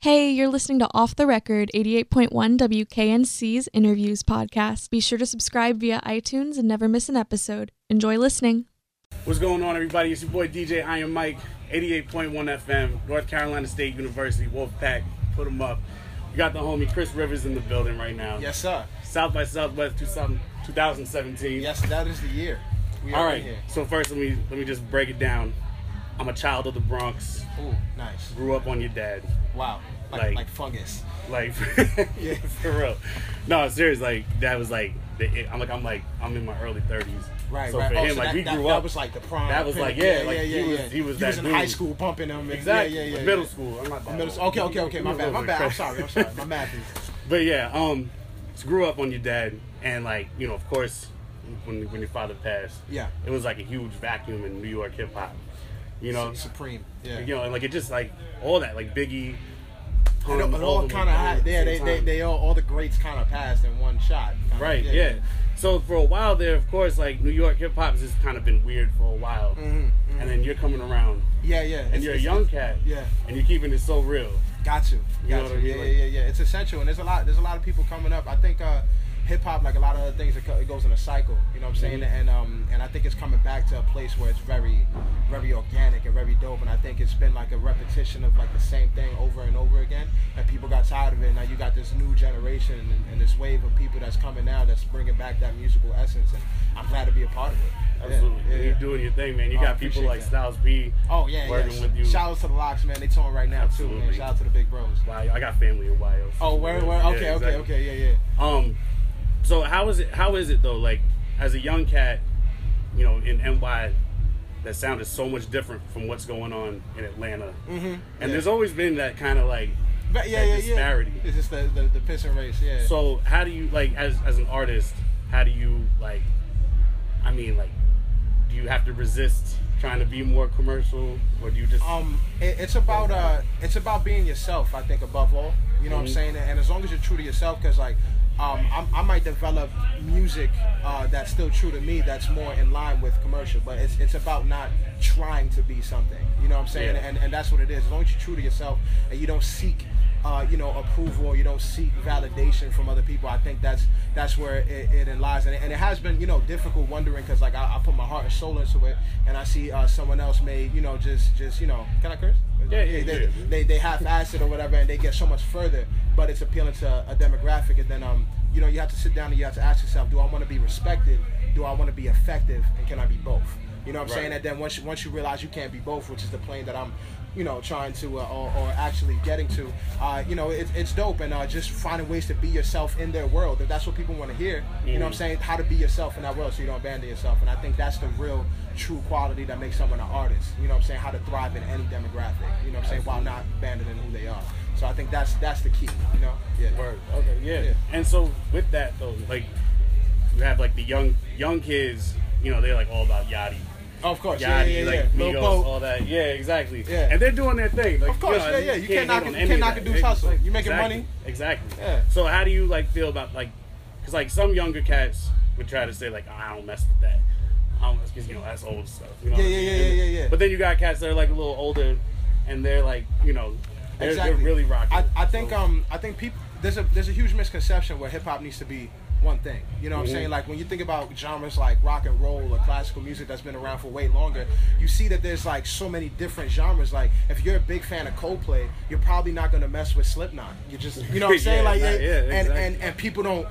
Hey, you're listening to Off the Record 88.1 WKNC's Interviews Podcast. Be sure to subscribe via iTunes and never miss an episode. Enjoy listening. What's going on, everybody? It's your boy DJ Iron Mike, 88.1 FM, North Carolina State University, Wolfpack. Put them up. We got the homie Chris Rivers in the building right now. Yes, sir. South by Southwest 2000- 2017. Yes, that is the year. We All are right. in here. So first, let me let me just break it down. I'm a child of the Bronx. Ooh, nice. Grew up on your dad. Wow. Like, Like- like, fungus. Like, for real. No, serious. Like that was like. The, I'm like I'm like I'm in my early 30s. Right, So right. for Oh, him, so like that, we that- grew that up. was like the prime. That was like, pinnacle. yeah, like, he was- he was You that in dude. high school bumping them. and- Exactly. Yeah, yeah, yeah. Middle yeah. school. I'm not that Middle school. old. Okay, okay, okay. My He was bad. a My little bad. I'm bit sorry. I'm crazy. sorry. My math is. But yeah, um, just grew up on your dad, and like you know, of course, when when your father passed, Yeah. it was like a huge vacuum in New York hip hop, you know, Supreme. Yeah. you know, and like it just like all that like Biggie, It, all- it all kind of had. Yeah, they, they, they all, all the greats kind of passed in one shot. kinda. right, yeah, So for a while there, of course, like New York hip hop's just kind of been weird for a while, Mhm, mhm. and then you're coming around, Yeah, yeah. and It's- you're a it's- young cat, yeah. and you're keeping it so real, Got you. You know Got what you. I mean? Yeah, Like- yeah, yeah, yeah. It's essential, and there's a lot. There's a lot of people coming up. I think uh, hip hop, like a lot of other things, it co- it goes in a cycle. You know what I'm saying? Mhm. And um, and I think it's coming back to a place where it's very, very organic and very dope. And I think it's been like a repetition of like the same thing over and over again. And people got tired of it. Now you got this new generation and, and this wave of people that's coming now that's bringing back that musical essence. And I'm glad to be a part of it. Yeah, absolutely. yeah, And yeah. You're doing your thing, man. You Oh, I got people appreciate like that. Styles B. Oh yeah, working yeah. with you. Shout out to the locks, man. They touring right now too, man. Absolutely. Shout out to the big bros. Wow, I got family in YO. Oh, where, where? Yeah, Okay, okay, exactly. okay, yeah, yeah. Um, so how is it? How is it though? Like, as a young cat, you know, in NY, that sound is so much different from what's going on in Atlanta. Mm-hmm. And there's always been that kind of like, but, yeah, that yeah, disparity. Yeah. It's just the, the the piss and race, yeah. So how do you like as as an artist? How do you like? I mean, like, do you have to resist trying to be more commercial, or do you just? um, it, it's about uh, it's about being yourself. I think above all, you know what I'm Mhm. saying. And as long as you're true to yourself, because like, um, I'm, I might develop music uh, that's still true to me, that's more in line with commercial. But it's it's about not trying to be something. You know what I'm saying? Yeah. And and that's what it is. As long as you're true to yourself and you don't seek. Uh, you know, approval. You don't seek validation from other people. I think that's that's where it, it lies, and it, and it has been you know difficult wondering because like I, I put my heart and soul into it, and I see uh, someone else may you know just just you know can I curse? Yeah, yeah, they, yeah. They, they half ass it or whatever, and they get so much further. But it's appealing to a demographic, and then um, you know, you have to sit down and you have to ask yourself, do I want to be respected? Do I want to be effective? And can I be both? You know what I'm saying? Right. And then once you, once you realize you can't be both, which is the plane that I'm, you know, trying to uh, or, or actually getting to, uh, you know, it, it's dope. And uh, just finding ways to be yourself in their world. If that's what people want to hear, you know what I'm Mhm. saying? How to be yourself in that world so you don't abandon yourself. And I think that's the real true quality that makes someone an artist. You know what I'm saying? How to thrive in any demographic. You know what I'm saying? While not abandoning who they are. So I think that's that's the key, you know? Yeah. Word. Okay. Yeah. Yeah. And so with that though, like you have like the young young kids, you know, they're like all about Yachty. Oh, of course. Yachty, Yeah, yeah, yeah. like yeah. Migos, Lil all that. Yeah, exactly. Yeah. And they're doing their thing. Like, Of course, you know, yeah, yeah. You can't hate knock on a- any can't of knock that. a dude's It's hustle. like- You making exactly, money. Exactly. Yeah. So how do you like feel about like cuz like some younger cats would try to say like I don't mess with that. I don't because you know that's old stuff. You know Yeah, what I yeah, mean? yeah, yeah, yeah. But then you got cats that are like a little older and they're like, you know, they're, they're really rocking. I, it. I think So- um I think people there's a there's a huge misconception where hip hop needs to be one thing. You know what Mhm. I'm saying? Like when you think about genres like rock and roll or classical music that's been around for way longer, you see that there's like so many different genres. Like if you're a big fan of Coldplay, you're probably not gonna mess with Slipknot. You just you know what I'm saying? Yeah, like nah, yeah, yeah, and, exactly. and and people don't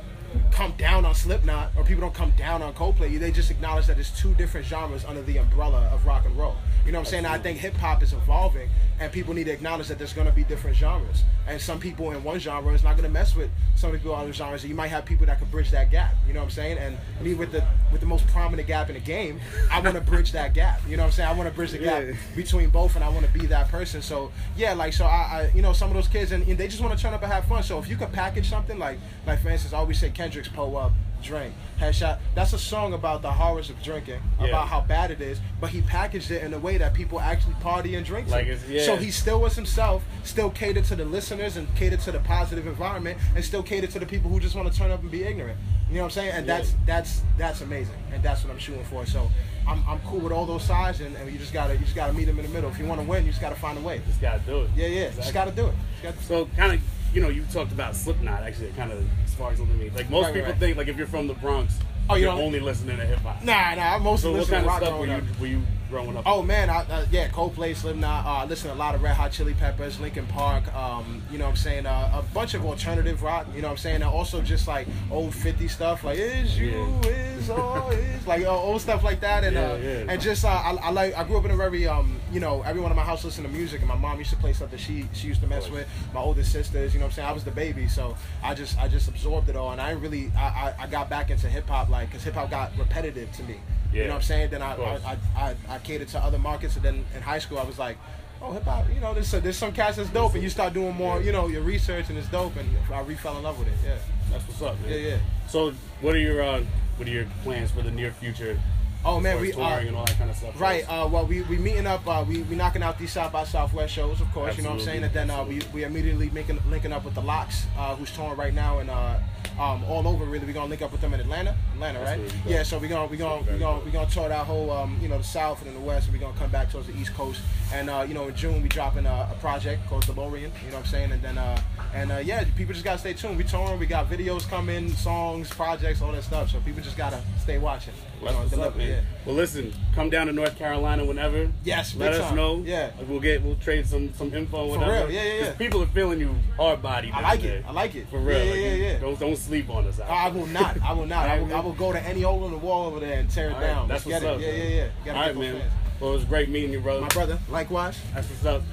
come down on Slipknot or people don't come down on Coldplay. They just acknowledge that it's two different genres under the umbrella of rock and roll. You know what I'm saying? I think hip hop is evolving, and people need to acknowledge that there's going to be different genres. And some people in one genre is not going to mess with some people in other genres. You might have people that can bridge that gap. You know what I'm saying? And me with the with the most prominent gap in the game, I want to bridge that gap. You know what I'm saying? I want to bridge the gap Yeah. between both, and I want to be that person. So yeah, like so I, I you know some of those kids and, and they just want to turn up and have fun. So if you could package something like like for instance, I always say Kendrick's "Pull Up." Drink, headshot. That's a song about the horrors of drinking, Yeah. about how bad it is. But he packaged it in a way that people actually party and drink. to. Like it's- yeah. So he still was himself, still catered to the listeners and catered to the positive environment, and still catered to the people who just want to turn up and be ignorant. You know what I'm saying? And Yeah. that's that's that's amazing, and that's what I'm shooting for. So I'm, I'm cool with all those sides, and, and you just gotta you just gotta meet them in the middle. If you want to win, you just gotta find a way. Just gotta do it. Yeah, yeah, Exactly. just gotta do it. Just gotta- So kind of, you know, you talked about Slipknot. Actually, it kind of sparks something to me. Like most Right, right, people right. think, like if you're from the Bronx, Oh, you you're don't- only listening to hip hop. Nah, nah, I mostly So what listen kind to of rock stuff were growing you up. were you growing up? Oh man, I, uh, yeah, Coldplay, Slipknot. Uh, I listen to a lot of Red Hot Chili Peppers, Linkin Park. Um, you know what I'm saying? Uh, a bunch of alternative rock. You know what I'm saying? And also just like old 50 stuff, like is you Yeah. is all is like uh, old stuff like that. And Yeah, uh, yeah. and just uh, I, I like I grew up in a very um you know everyone in my house listened to music, and my mom used to play stuff that she she used to mess with. My older sisters, you know what I'm saying? I was the baby, so I just I just absorbed it all, and I didn't really I I, I got back into hip hop like because hip hop got repetitive to me. You Yeah. know what I'm saying? Then I, Of course. I, I I, I catered to other markets, and then in high school I was like, oh hip hop, you know, there's there's some cats that's dope, and you start doing more, you know, your research and it's dope, and I re fell in love with it. Yeah. That's what's up. Man. Yeah, yeah. So what are your uh, what are your plans for the near future? Oh as man, far we as touring are. and all that kind of stuff. Right. Uh, well, we we meeting up. Uh, we we knocking out these South by Southwest shows, of course. You know what I'm saying. And then uh, we we immediately making linking up with the Locks, uh, who's touring right now, and uh, um, all over really. We gonna link up with them in Atlanta, Atlanta, That's right? really dope. Yeah. So we gonna we gonna we Very gonna dope. we gonna tour that whole um, you know the South and then the West, and we gonna come back towards the East Coast. And uh, you know in June we dropping a, a project called DeLorean. You know what I'm saying. And then uh, and uh, yeah, people just gotta stay tuned. We touring. We got videos coming, songs, projects, all that stuff. So people just gotta stay watching. You That's know, what's up, deliver, man. yeah. Well, listen, come down to North Carolina whenever. Yes, let big us time. know. Yeah. we'll get we'll trade some some info. For whatever. real, yeah, yeah, 'Cause yeah. People are feeling you hard body. I down like there. it. I like it. For real, Yeah, like, yeah, you- yeah. yeah. Don't don't sleep on us. Out I there. will not. I will not. I will, I will go to any hole in the wall over there and tear it All right, down. That's Let's what's get up. it. Yeah, man. yeah, yeah. Gotta All right, get those man. fans. Well, it was great meeting you, brother. My brother, likewise. That's what's up.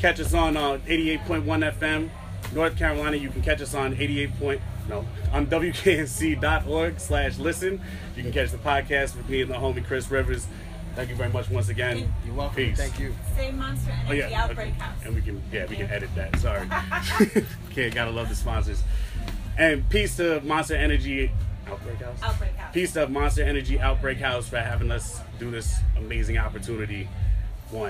Catch us on uh, 88.1 FM, North Carolina. You can catch us on 88 point, no, on WKNC.org slash listen. You can catch the podcast with me and the homie Chris Rivers. Thank you very much once again. You're welcome. Peace. Thank you. Same monster Oh energy yeah. outbreak okay. house. And we can yeah we can edit that. Sorry. Kid, gotta love the sponsors. And peace to Monster Energy Outbreak House. Outbreak house. Peace to Monster Energy Outbreak House for having us do this amazing opportunity. One.